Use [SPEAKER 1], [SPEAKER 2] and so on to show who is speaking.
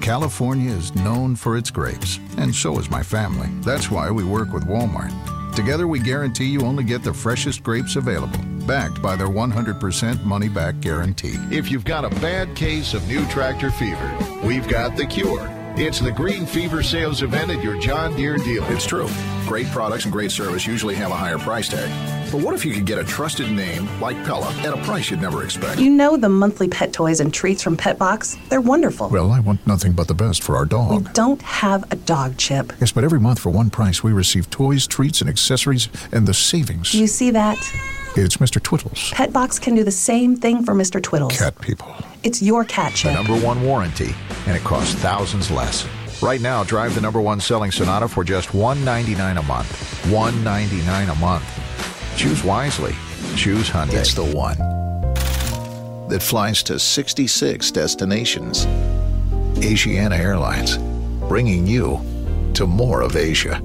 [SPEAKER 1] California is known for its grapes, and so is my family. That's why we work with Walmart. Together, we guarantee you only get the freshest grapes available, backed by their 100% money back guarantee.
[SPEAKER 2] If you've got a bad case of new tractor fever, we've got the cure. It's the Green Fever sales event at your John Deere dealer.
[SPEAKER 3] It's true. Great products and great service usually have a higher price tag. But what if you could get a trusted name like Pella at a price you'd never expect?
[SPEAKER 4] You know the monthly pet toys and treats from Pet Box? They're wonderful.
[SPEAKER 1] Well, I want nothing but the best for our
[SPEAKER 4] We
[SPEAKER 1] dog.
[SPEAKER 4] don't have a dog chip.
[SPEAKER 1] Yes, but every month for one price, we receive toys, treats, and accessories, and the savings.
[SPEAKER 4] Do you see that?
[SPEAKER 1] It's Mr. Twiddles.
[SPEAKER 4] Pet Box can do the same thing for Mr. Twiddles.
[SPEAKER 1] Cat people.
[SPEAKER 4] It's your cat
[SPEAKER 2] The
[SPEAKER 4] chip.
[SPEAKER 2] number one warranty, and it costs thousands less. Right now, drive the number one selling Sonata for just $199 a month. $199 a month. Choose wisely. Choose Hyundai.
[SPEAKER 3] It's the one that flies to 66 destinations. Asiana Airlines, bringing you to more of Asia.